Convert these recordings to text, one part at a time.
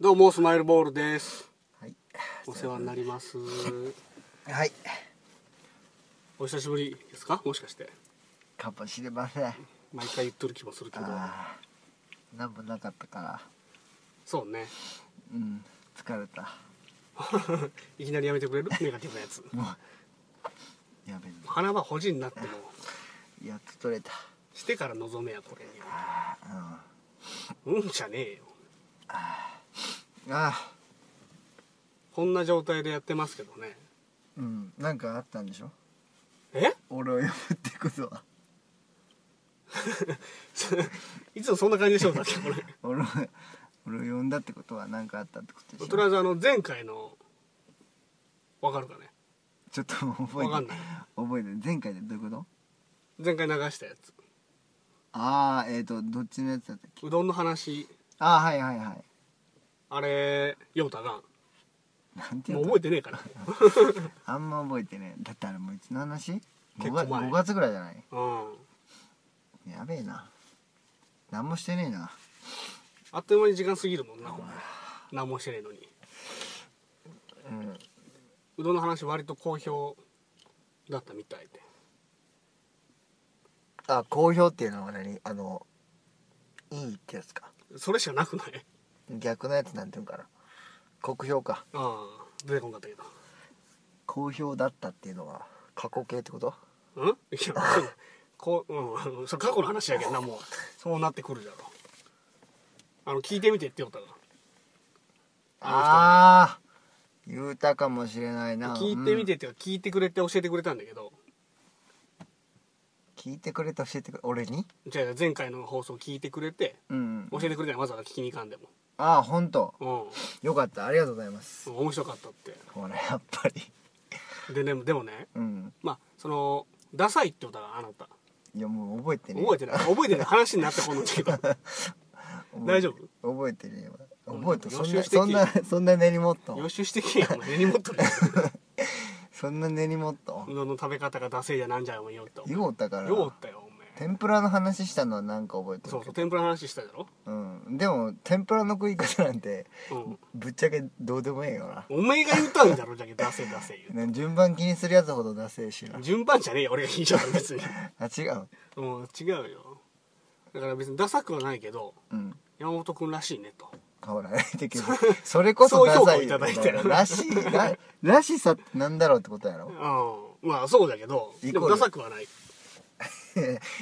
どうもスマイルボールですはい。お世話になりますはい。お久しぶりですかもしかしてかもしれません。あ毎回言っとる気もするけどあー。なんもなかったから。そうね うん。疲れた。いきなりやめてくれるネガティブなやつもう。やべえ。花は保持になってもやっと取れた。してから望めやこれにはあーうん。うんじゃねえよあこんな状態でやってますけどねーうん。なんかあったんでしょえ 俺を呼ぶってことは。いつもそんな感じでしょだってこ れ俺を。俺を呼んだってことは何かあったってことでしょとりあえずあの前回のわかるかねちょっともう覚えわかてんない覚えて前回でどういうこと前回流したやつああえっ、ー、とどっちのやつだったっけうどんの話ああはいはいはいあれ陽太がなんていもううの覚えてねえ からあんま覚えてねえだってあれもういつの話結 5, 構月前5月ぐらいじゃないうんやべえな何もしてねえなあっという間に時間過ぎるもんなほんま何もしてねえのにうんうどんの話割と好評だったみたいであ好評っていうのは何あのいいってやつかそれしかなくない逆のやつなんていうんかな酷評かああ出てこんかったけど好評だったっていうのは過去形ってことうんいや こう、うん、それ過去の話やけどなもうそうなってくるじゃろあの聞いてみてって言おったがああ言うたかもしれないな聞いてみてうっんていうか聞いてくれて教えてくれたんだけど聞いてくれて教えてくれ俺にじゃあ前回の放送聞いてくれてうん教えてくれたらわざわざ聞きに行かんでああ本当もよかったありがとうございますうん面白かったってほらやっぱりでねでもねうんまあそのダサいって言ったらあなたいやもう覚えてねえ覚えてない覚えてない話になってこんの けど大丈夫覚えてねえわ覚えてうんそ予ん習なしてそきんなそんな根に持っ予と習して けえよお前根に持っとるやつそんな根に持っとうどんの食べ方がダセいじゃなんじゃお前よったようたからよったよお前天ぷらの話したのはなんか覚えてそうるけそうど天ぷらの話したじゃろうんでも天ぷらの食い方なんてうんぶっちゃけどうでもええよなお前が言ったんだろじゃけダセいダセい言ね順番気にするやつほどダセえしなう順番じゃねえよ俺が言いちゃった 別にあ違ううん違うよだから別にダサくはないけどうん山本君らしいねと変わらないけどそれこそダサそいう評価をいただいてるらしいららしさってなんだろうってことやろうんまあそうだけどイでコーもルダサくはない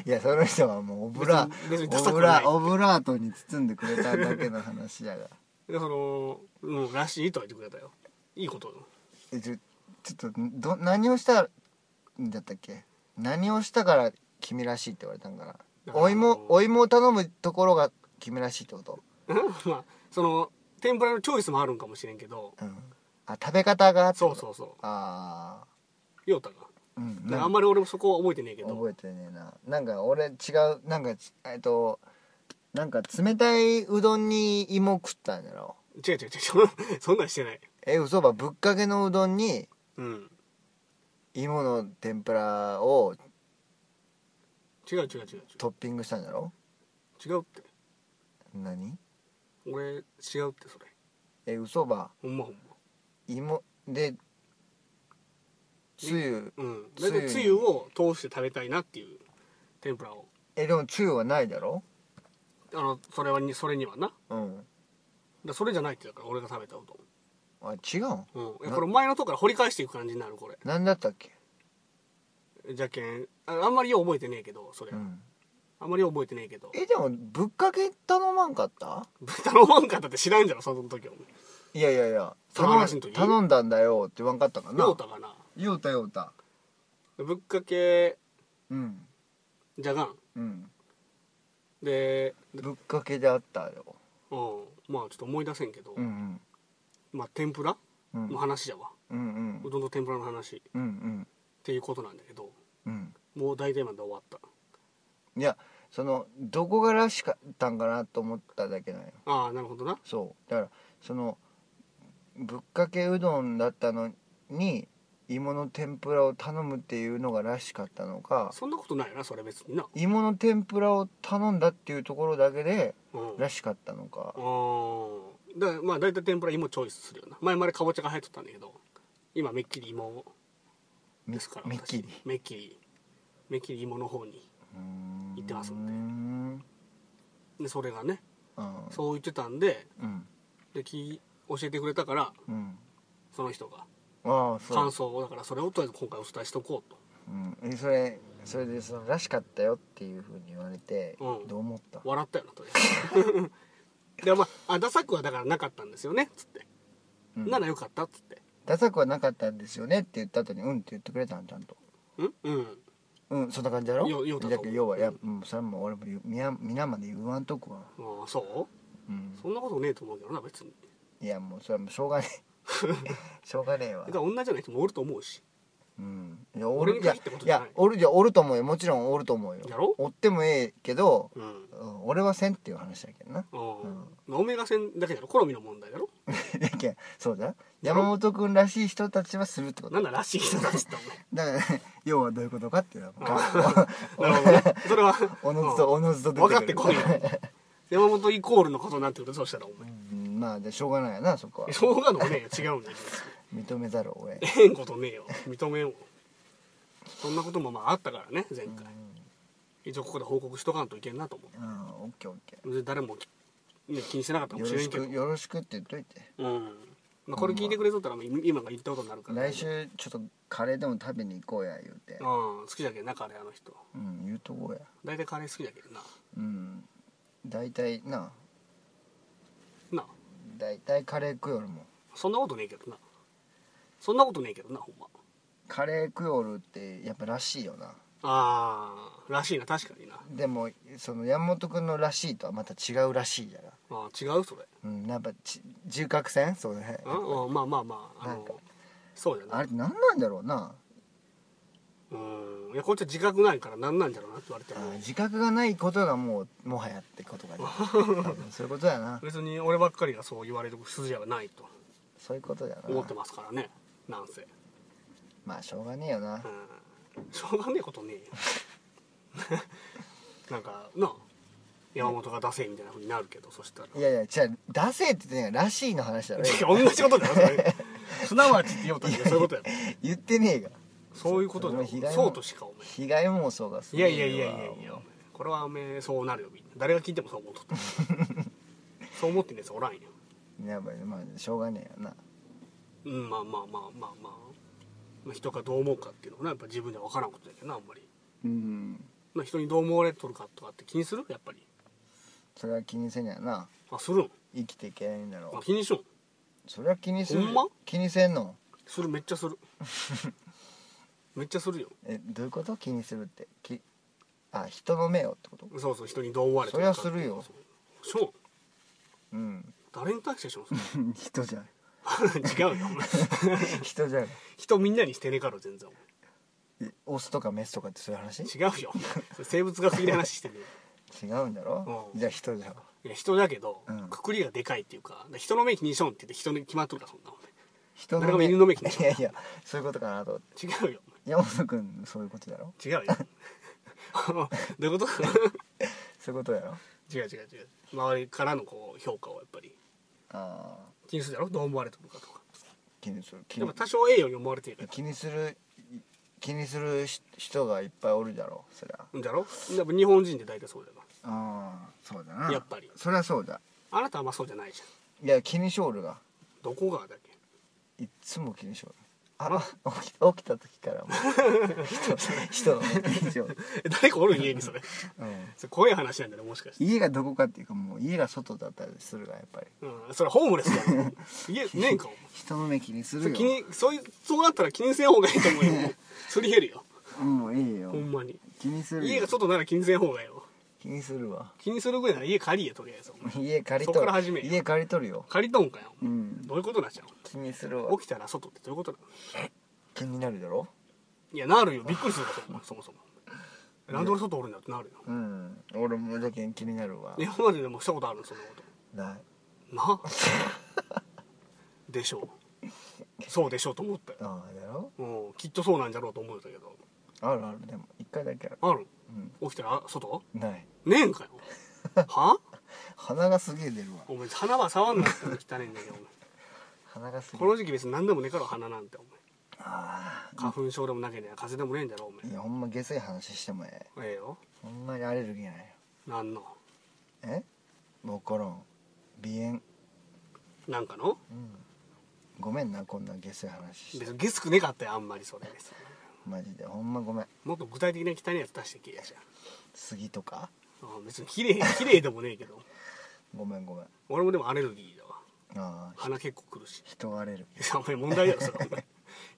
いやその人はもうオブラ別に別にダサオくブはないラオブラートに包んでくれただけの話やがでそのうんらしいとは言ってくれたよいいことよえちょちょっとど何をしたんだったっけ何をしたから君らしいって言われたんかなだからおあ芋のお芋を頼むところが君らしいってこと、 まあその天ぷらのチョイスもあるんかもしれんけどうん、あ食べ方がってそこうとそうそあう陽太が、あうんあんままり俺もそこは覚えてねえけど覚えてねえななんか俺違うなんかちえっとなんか冷たいうどんに芋食ったんだろ違う違う違う そんなそんなんしてないえ嘘ばぶっかけのうどんにうん芋の天ぷらを違う違う違う違うトッピングしたんだろ違うって何俺違うってそれえ嘘ばほんまほんま芋でつゆうんつゆ大体つゆを通して食べたいなっていう天ぷらをえでもつゆはないだろあのそれはにそれにはなうんだそれじゃないってだから俺が食べたうあ違うんどん、うん、いやなこれ前のとこから掘り返していく感じになるこれ何だったっけじゃけんああんまりよう覚えてねえけどそれ、うんあんまりよう覚えてねえけどえでもぶっかけ頼まんかった豚のワンカだって知らんじゃろその時お前いやいやいやその話の時頼んだんだよって言わんかったかな陽太がなようたようたぶっかけうんじゃがんうんで、ぶっかけであったようん、まあちょっと思い出せんけど、うんまあ天ぷらうんうんの話じゃわ、うんうんうどんと天ぷらの話っうんうんていうことなんだけどうんもう大体まで終わったいやそのどこがらしかったんかなと思っただけなんよああなるほどなそうだからそのぶっかけうどんだったのに芋の天ぷらを頼むっていうのがらしかったのかそんなことないよなそれ別にな芋の天ぷらを頼んだっていうところだけでうんらしかったのかあーだからまあ大体天ぷら芋チョイスするよな前までかぼちゃが入ってたんだけど今めっきり芋みですからめっきり私めっきりめっきり芋の方に行ってますんでうーんでそれがねうんそう言ってたんでうんでき教えてくれたからうんその人がああそう感想をだからそれをとりあえず今回お伝えしとこうとうん、えそれそれでその「らしかったよ」っていうふうに言われて、うんどう思った笑ったよなとりあえず でまああダサくはだからなかったんですよねっつって、うんならよかったっつってダサくはなかったんですよねって言った後に「うん」って言ってくれたのちゃんとうんうんうんそんな感じだろよようだとだけど要はいや、うん、それはもう俺も言うみな皆まで言わんとこは、ああそううん、そんなことねえと思うけどな別にいやもうそれはもうしょうがね えしょうがねえわだから女じゃない人もおると思うしうんいやお俺るにいや限いってことじゃないやおるじゃおると思うよもちろんおると思うよやろおってもええけど、うん、うん、俺はせんっていう話だ けどなうんまあオメガ線だけだろ好みの問題だろだけどそうだ山本君らしい人たちはするってことなんだらしい人たちって だから、ね、要はどういうことかっていうのおは前 なるほどねそれはおのずとうんおのずと出分かっててくこるいよ山本イコールのことになってくるそうしたらお前うんまあでしょうがないよなそこはしょうがのね違うんだけど認めざるを得んええんことねえよ認めんわそんなこともまああったからね前回一応ここで報告しとかんといけんなと思うんオッケーオッケう別に誰も、ね、気にしてなかったーかもしよろれしんけくどよろしくって言っといてうんまあ、これ聞いてくれとったらもう今が言ったことになるから来週ちょっとカレーでも食べに行こうや言うてうん好きだけどなカレーあの人うん言うとこうや大体カレー好きだけどなうん大体ななあ大体カレー食よるもんそんなことねえけどなそんなことねえけどなほんまカレー食よるってやっぱらしいよなああらしいな確かになでもその山本君のらしいとはまた違うらしいやらあー違うそれうんなんかち重角線そうねうんうんまあまあまああなんかのそうだよあなれ何なんだろうなうんいやこっちは自覚ないから何なんじゃろうなって言われてあーも自覚がないことがもうもはやってことがね多分そういうことだな別に俺ばっかりがそう言われる筋合いはないとそういうことだな思ってますからねなんせまあしょうがねえよなうんしょうがねえことねえよ なんかなあ山本が出せみたいなふうになるけどそしたらいやいやじゃあ出せって言ってんやらしいの 話だろ同じことだよそ れすなわちって言おうとしてそういうことやろ言ってねえがそういうことだよそれも被害もそうとしかお前被害妄想がすいごいわやいやいやいやいやこれはおめえそうなるよみんな誰が聞いてもそう思っ とったそう思ってんやつおらんよやばいまあしょうがねえよなうんまあまあまあまあまあ、まあ、人がどう思うかっていうのはなやっぱ自分では分からんことだけどなあんまり、うんまあ、人にどう思われとるかとかって気にするやっぱりそれは気にせんやなあするん、生きていけないんだろあ、気にしよんそれは気にするほんま気にせんのするめっちゃす るめっちゃするよえどういうこと気にするってきあ人の目をってことそうそう人にどう思われてるそりゃするよしょん うん誰に対してしょんそれ人じゃん 違うよお前 人じゃん人みんなにしてねえから全然えオスとかメスとかってそういう話違うよそれ生物学的な話してるよ違うんだろうんじゃあ人じゃんいや人だけど、うんくくりがでかいっていうかだから人の目気にしょんって言って人に決まっとるからそんなお人誰も犬の目気にしいないやいやそういうことかなと思って前違うよ山本君そういうことだろ違う よどういうこと そういうことだろ違う違う違う周りからのこう評価をやっぱりああ気にするだろどう思われてるかとか気にする気でにも多少 A より思われてるから気にする気にするし人がいっぱいおるだろそりゃうんだろやっぱ日本人って大体そうだよなああそうだなやっぱりそりゃそうだあなたはまあそうじゃないじゃんいや気にしおるがどこがだっけ いっつも気にしおるあ起き起きた時からもう 人人が気にしおる、え誰かおる家にそれうん、それ怖い話なんだねもしかして家がどこかっていうかもう家が外だったりするがやっぱりうんそれホームレスだよ家ねえんかお前人の目気にそするれよ気にそういうそうなったら気にせん方がいいと思うよすり減るようんいいよほんまに気にするよ家が外なら気にせん方がいいよ気にするわ気にするぐらいなら家借りえとりあえずお前家借りそとっからる始めよ家借りとるよ借りとんかよおう前んどういうことなっちゃう気にするのわ起きたら外ってどういうことなの気になるだろいやなるよびっくりするわそもそもそもなんで俺外おるんだってなるようん俺もだけ気になるわ日本まででもしたことあるのそんなことないな でしょうそうでしょうと思ったよああだろうんきっとそうなんじゃろうと思うんだけどあるあるでも一回だけあるあるうん起きたら外ないねえんかよは鼻がすげえ出るわお前花は触んなって汚いんだけどお前鼻がすげこえの時期別に何でもねえから鼻なんてお前あ花粉症でもなけりゃ風邪でもねえんだろお前ーいやほんま下水話してもええええよほんまにアレルギーなんよ何のえ分からん鼻炎なんかのうんごめんなこんな下水話して別にゲスくねかったよあんまりそれマジでほんまごめんもっと具体的な汚いやつ出してきやじゃん杉とかあ別に綺麗綺麗でもねえけどごめんごめん俺もでもアレルギーだわああ鼻結構くるし人アレいルやお前問題だろそれお前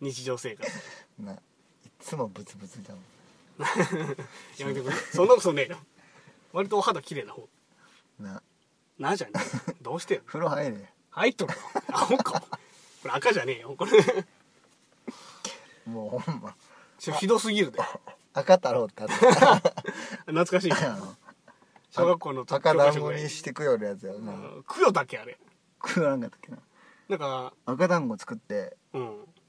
日常生活ギーないつもブツブツだもんやめてくれそんなことねえよ割とお肌綺麗な方ななあじゃねえどうしてよ風呂入れ入っとるわアホかこれ赤じゃねえよこれもうほんまちょひどすぎるで赤太郎ってあった懐かしいあの小学校の教赤科団書子ぐらいにしてくよるやつやうな、ん供養だっけあれ食わなかったっけななんか赤団子作ってうん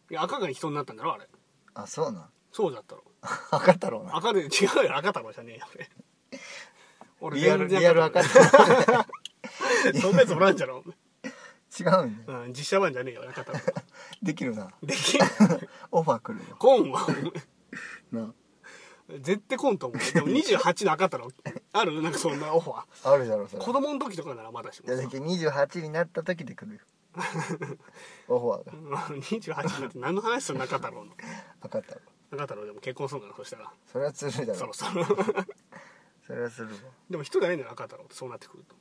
いや赤が人になったんだろあれあそうなんそうだったろ赤太郎な赤で違うよ赤太郎じゃねえよ俺リアル全リア然ル赤赤太太郎郎そんなやつおらんじゃろ、違うんやうん、実写版じゃねえよ赤太郎できるなできんオファー来るよコーンはな絶対コーンと思うでも28の赤太郎あるなんかそんなオファーあるじゃろそれ子供の時とかならまだしいもやだけど28になった時で 来るよオファーがうん28になって何の話するの赤太郎の赤太郎赤太郎でも結婚するからそしたらそれはするだろそそろそろれはするわでも一人じゃないんだよ赤太郎ってそうなってくると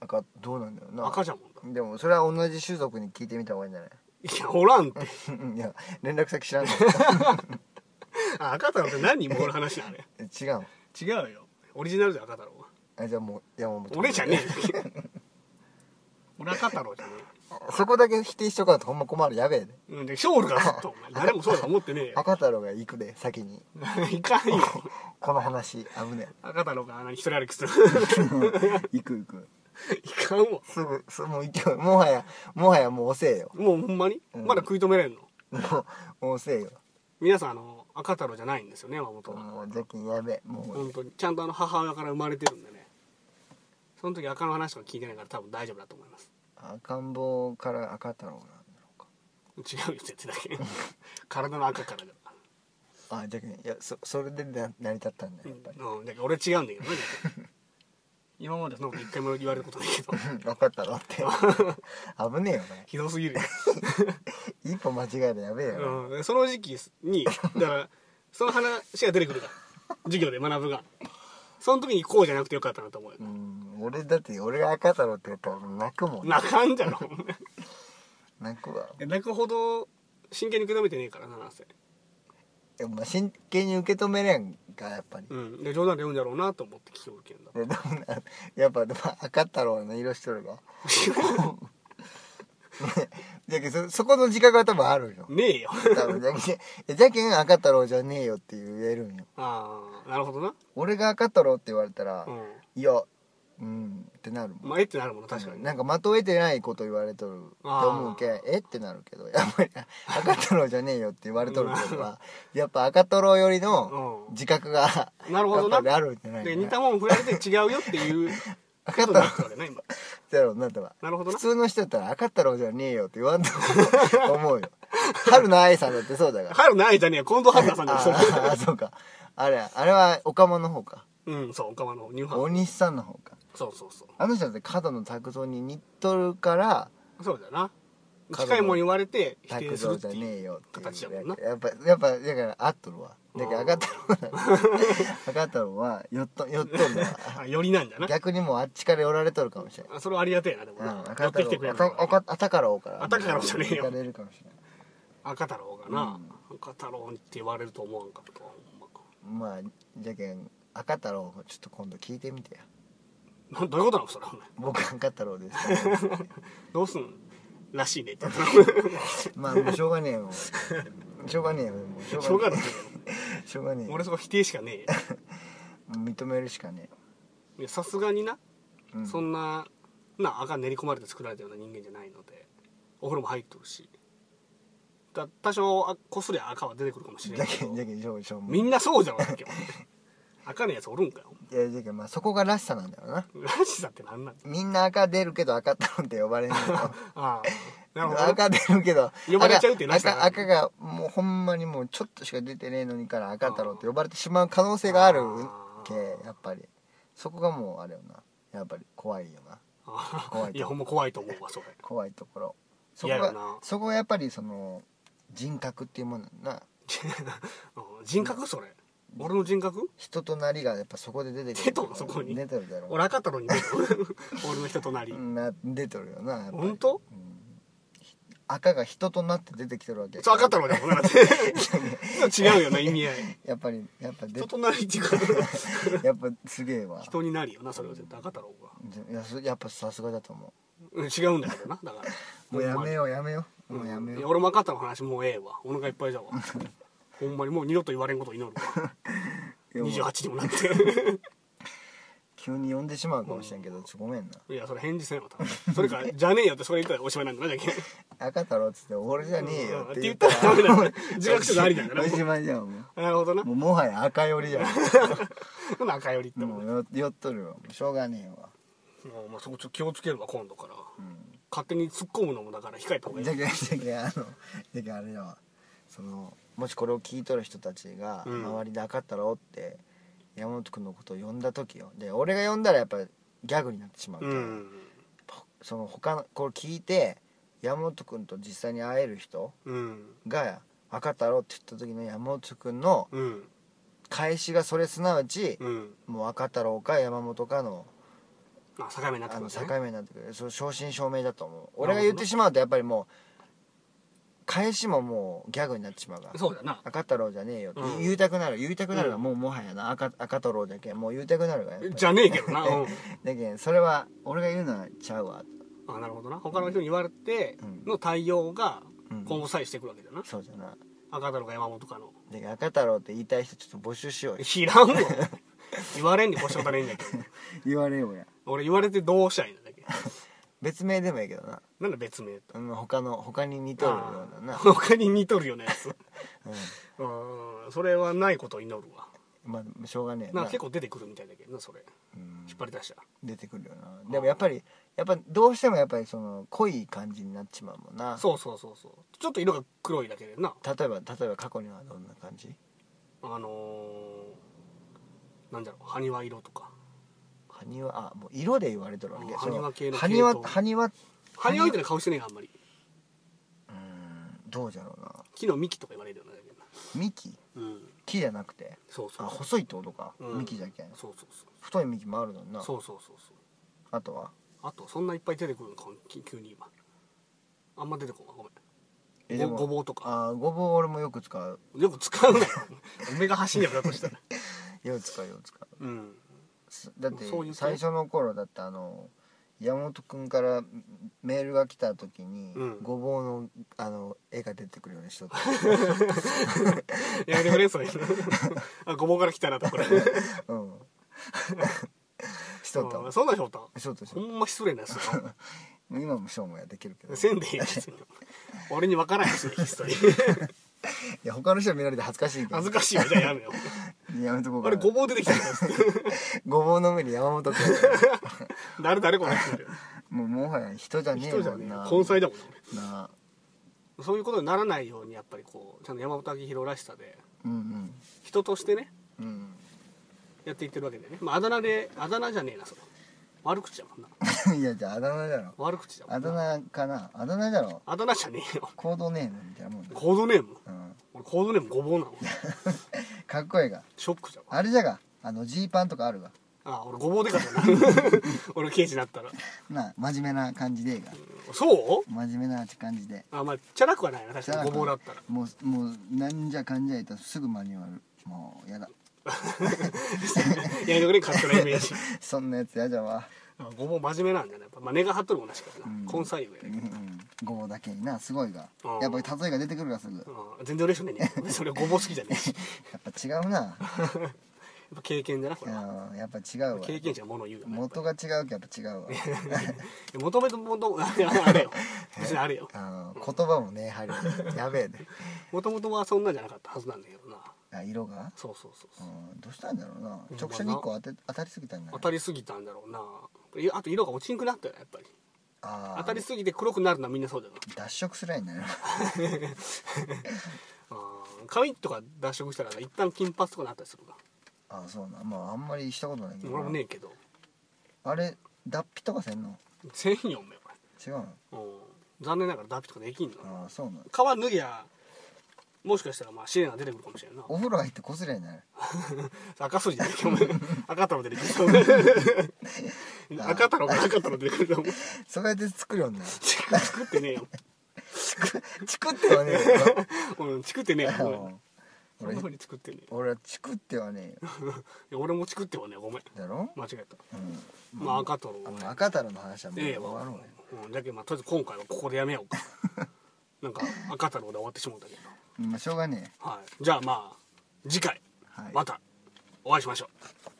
赤どうなんだろうな赤じゃもんだでもそれは同じ種族に聞いてみた方がいいんじゃないいやおらんってい や連絡先知 らんのあ赤太郎って何人もおる話なのよ違うの違うよオリジナルじゃ赤太郎はあじゃあもう山本君俺じゃねえよ俺赤太郎じゃねそこだけ否定しとかんとほんま困るやべえでえうんでショールからずっとお前誰もそうだと思ってねえよ赤太郎が行くで先に いかんよこの話危ね赤太郎があんなに一人歩きするえ行く行くいかんわすぐすもう行けよもはやもはやもう遅えよもうほんまに、うんまだ食い止めれんのもうもう遅えよ皆さんあの赤太郎じゃないんですよね山本は、もう邪気やべえもう本当にちゃんとあの母親から生まれてるんでねその時赤の話とか聞いてないから多分大丈夫だと思います赤ん坊から赤太郎なんだろうか違うよ絶対だ け体の赤からだかあじゃあいやそそれでな成り立ったんだよやっぱりら、うん、だけど俺違うんだけどね 今までそんなこと一回も言われたことないけど分かったろって危ねえよねひどす ぎるよ、一歩間違えたらやべえよ、うん、その時期にだからその話が出てくるから授業で学ぶがその時にこうじゃなくてよかったなと思うようん、俺だって俺が赤太郎って言ったら泣くもん泣かんじゃろお前泣くわいや泣くほど真剣に受け止めてねえからななんせ、でもまあ真剣に受け止めれんかやっぱり、うん、で冗談で読んじゃろうなと思って聞き受けんだででもな やっぱでも赤太郎の色しとるがじゃけそそこの自覚は多分あるよ ねえよ 多分じゃけえじゃけん赤太郎じゃねえよって言えるんよああなるほどな俺が赤太郎って言われたら、うんいやうんってなるもんまあえってなるもの確かに、なんかまとえてないこと言われとるあーと思うけんえってなるけどやっぱり 赤太郎じゃねえよって言われとるけどはやっぱ赤太郎よりのうん自覚がなるほどなやっぱりあるんじゃないでかな似たもん振られて違うよって いう赤ことになってるわ太郎けね今だろうなとはなるほど普な通の人だったら赤太郎じゃねえよって言わんと思うよ 春の愛さんだってそうだから春ないじゃねえよ近藤春菜さんじゃ あんーそれあーそうかあれあれはオカマの方かうんそう岡間のニューハー大フ西さんの方かそうそうそあの人だって角の拓造に似とるからうそうだな角近のいもん言われて否定拓する造ってじゃねいえうよって形だいもうんなやっぱやっぱだから合っとるわだけど赤太郎なんだ赤太郎は寄っと寄っとんだわあよりなんだな逆にもうあっちから寄られとるかもしれないあそれはありがてえなでもう、なん寄赤ってき太郎てくれるのがあたあたからおからあたからじゃねえよ行かれるかもしれない赤太郎がな、赤太郎って言われると思わんかったわほまあじゃけん赤太郎をちょっと今度聞いてみてやんま などういうことなのそれお前僕赤太郎ですから どうすんのらしいねって言った まあもうしょうがねえよもうしょうがねえよもうしょらしょううがながねいえしょうがねえよ俺そこ否定しか ねえよ認めるしかねいやさすがにな、え、うん、そんなな赤練り込まれて作られたような人間じゃないのでお風呂も入っとるしだ多少あこすりゃ赤は出てくるかもしれじないゃけけどんじゃけんしょうしょう みんなそうじゃん今日赤のやつおるんかよやる時はまあそこがらしさなんだろうならしさってなんなんみんな赤出るけど赤タロンって呼ばれんのよあ あなるほどね赤出るけど呼ばれちゃうっていうらし赤さが赤赤がもうほんまにもうちょっとしか出てねえのにから赤太郎って呼ばれてしまう可能性があるけやっぱりそこがもうあれよなやっぱり怖いよなあ怖いあいやほんま怖いと思うわそれ 怖いところそこ嫌やがなそこがやっぱりその人格っていうものやなうん人格それ俺の人格人となりがやっぱそこで出てくる出とんのそこに出てるだろう俺赤太郎に見える 俺の人となりな出てるよなやっぱり本当うん赤が人となって出てきてるわけそう赤太郎 だもんだって 違うよな意味合いやっぱりやっぱ出人となりっていうかやっぱすげえわ人になるよなそれは絶対赤太郎がいやそやっぱさすがだと思うん違うんだけどなだからうもうやめよようやめようもうやんめいやよ俺も赤太郎の話もうええわお腹いっぱいじゃわ ほんまにもう二度と言われんことを祈るわういやもう28にもなって 急に呼んでしまうかもしれんけどちょごめんないやそれ返事せんわ多分それから「じゃねえよ」ってそれ言ったらおしまいなんだなじゃけん赤太郎っつって俺じゃねえうよんって言ったらって言ったらダメだよ自覚症のありなんだな おしまいじゃんも なるほどな うもうもはや赤寄りじゃほな赤よりってんももんうねよ寄っとるわもうしょうがねえわもうまあそこちょっと気をつけるわ今度からうん勝手に突っ込むのもだから控えた方がいいじゃけじゃけ あのじゃけあれだわそのもしこれを聞いとる人たちがうん周りで赤太郎って山本君のことを呼んだ時よで俺が呼んだらやっぱギャグになってしまうけうんんその他のこれ聞いて山本君と実際に会える人うんが赤太郎って言った時の山本君のうん返しがそれすなわち、うんもう赤太郎か山本かのあ境目になってあくるのん境だね目になってくるその正真正銘だと思うほど俺が言ってしまうとやっぱりもう返しももうギャグになってしまうからそうだな赤太郎じゃねえよってうん言いたくなる、言いたくなるがうんもうもはやな赤赤太郎じゃけんもう言いたくなるがやっぱりじゃねえけどな、 うんだけんそれは俺が言うのはちゃうわあなるほどな他の人に言われてうんの対応がうん今後さえしてくるわけだな、そうじゃな赤太郎か山本かので赤太郎って言いたい人ちょっと募集しようよ知ら んわ言われんで腰をたれんだけど言われようや俺言われてどうしたらいいんだっけ別名でもいいけどななんだ別名とあの他の他に似とるようなな、他に似とるようなや つううんそれはないことを祈るわん、まあしょうがねえななんか結構出てくるみたいだけどなそれうん引っ張り出したら出てくるよなでもやっぱりやっぱどうしてもやっぱりその濃い感じになっちまうもんなそうそうそうそうちょっと色が黒いだけでな例えば例えば過去にはどんな感じあのー、なんだろう埴輪色とか埴輪あもう色で言われてるわけうんそ埴の輪系の系埴輪統埴輪埴輪みたいな顔してねえがあんまりうんどうじゃろうな木の幹とか言われるようなだけどな幹うん木じゃなくてそうそあう細いってことか、うん幹じゃけんそうそうそう太い幹もあるのになそうそうそうそうあとはあとそんないっぱい出てくるのかき急に今あんま出てこないごめんえごでもごぼうとかあーごぼう俺もよく使うよく使うなよ目が走んやろだとしたらよく使うよく使ううんすだってそういう系最初の頃だってあの山本君からんメールが来た時に、うんごぼうのあの絵が出てくるようにし とったやめてくれそれあごぼうから来たなとこれ うんしとったうわんそんなんしょったしとったしほんま失礼なやつだ今もしょうもやできるけどいせんでいいやつ俺に分からんしねヒストリーや他の人見られて恥ずかしいけど恥ずかしいわじゃあやめよやめとこうあかれなごぼう出てきたんですごぼうの上に山本君誰誰これもうもはや人じゃねえ人じゃもねんえよな根菜だもんねな俺そういうことにならないようにやっぱりこうちゃんと山本明宏らしさでうん人としてねうんうん やっていってるわけでね、まあ、あだ名であだ名じゃねえなそれ悪口だもんないやじゃああだ名だろ悪口だもあんなだ名かなあだ名だろあだ名じゃねえよコードネームみたいなもんだ、コードネームうん、俺コードネームごぼうなのかっこええがショックじゃんあれじゃがあのジーパンとかあるがあ俺ごぼうでかじゃな 俺刑事になったらな真面目な感じでええがそう真面目な感じであまあチャラくはないな確かにごぼうだったら もうもうなんじゃかんじゃ言ったらすぐマニュアルもうやだやりとくれ勝手なイメージそんなやつやじゃわあごぼう真面目なんだねやっぱ、まあ、根が張っとるもんなしからな、うん根菜上うで、んうんごぼうだけになすごいがうんやっぱり例えが出てくるがすぐやうん全然嬉しくないねそれごぼう好きじゃねえしやっぱ違うなっぱ経験だなこれはうんやっぱ違うわ経験値は物を言うよなやっぱ元が違うけどやっぱ違うわり求めて もとあれあれよ別にあれよあの言葉もねやはりやべえねもともとはそんなんじゃなかったはずなんだけどなあ色が、そうそうそううそう、ん、どうしたんだろうなうん直射日光当て当たりすぎたんだ当たりすぎたんだろうなえあと色が落ちんくなったよやっぱりあー当たりすぎて黒くなるのはみんなそうだよ な脱色すらいになるあー髪とか脱色したら一旦金髪とかになったりするかああそうなんまああんまりしたことないけどな俺もねえけどあれ脱皮とかせんの全員おめえ違うのこれうん残念ながら脱皮とかできんのああそうなの皮脱ぎゃもしかしたらまあ試練が出てくるかもしれんなお風呂入ってこすりゃいになる赤筋でねお前赤太郎出てくると思う赤太郎が赤太郎出てくると思うそれで作るようになる作ってねえよチクってはねえようん作ってねえよごめ んそん俺なふうに作ってねえよ俺はチクってはねえよいや俺も作ってはねえごめんだろ、間違えたうん、まあ赤太郎あはねの赤太郎の話はもうえ終えわわろうようんだけどまあとりあえず今回はここでやめようかなんか赤太郎で終わってしまうんだけどうんまあしょうがねえはいじゃあまあ次回はいまたお会いしましょう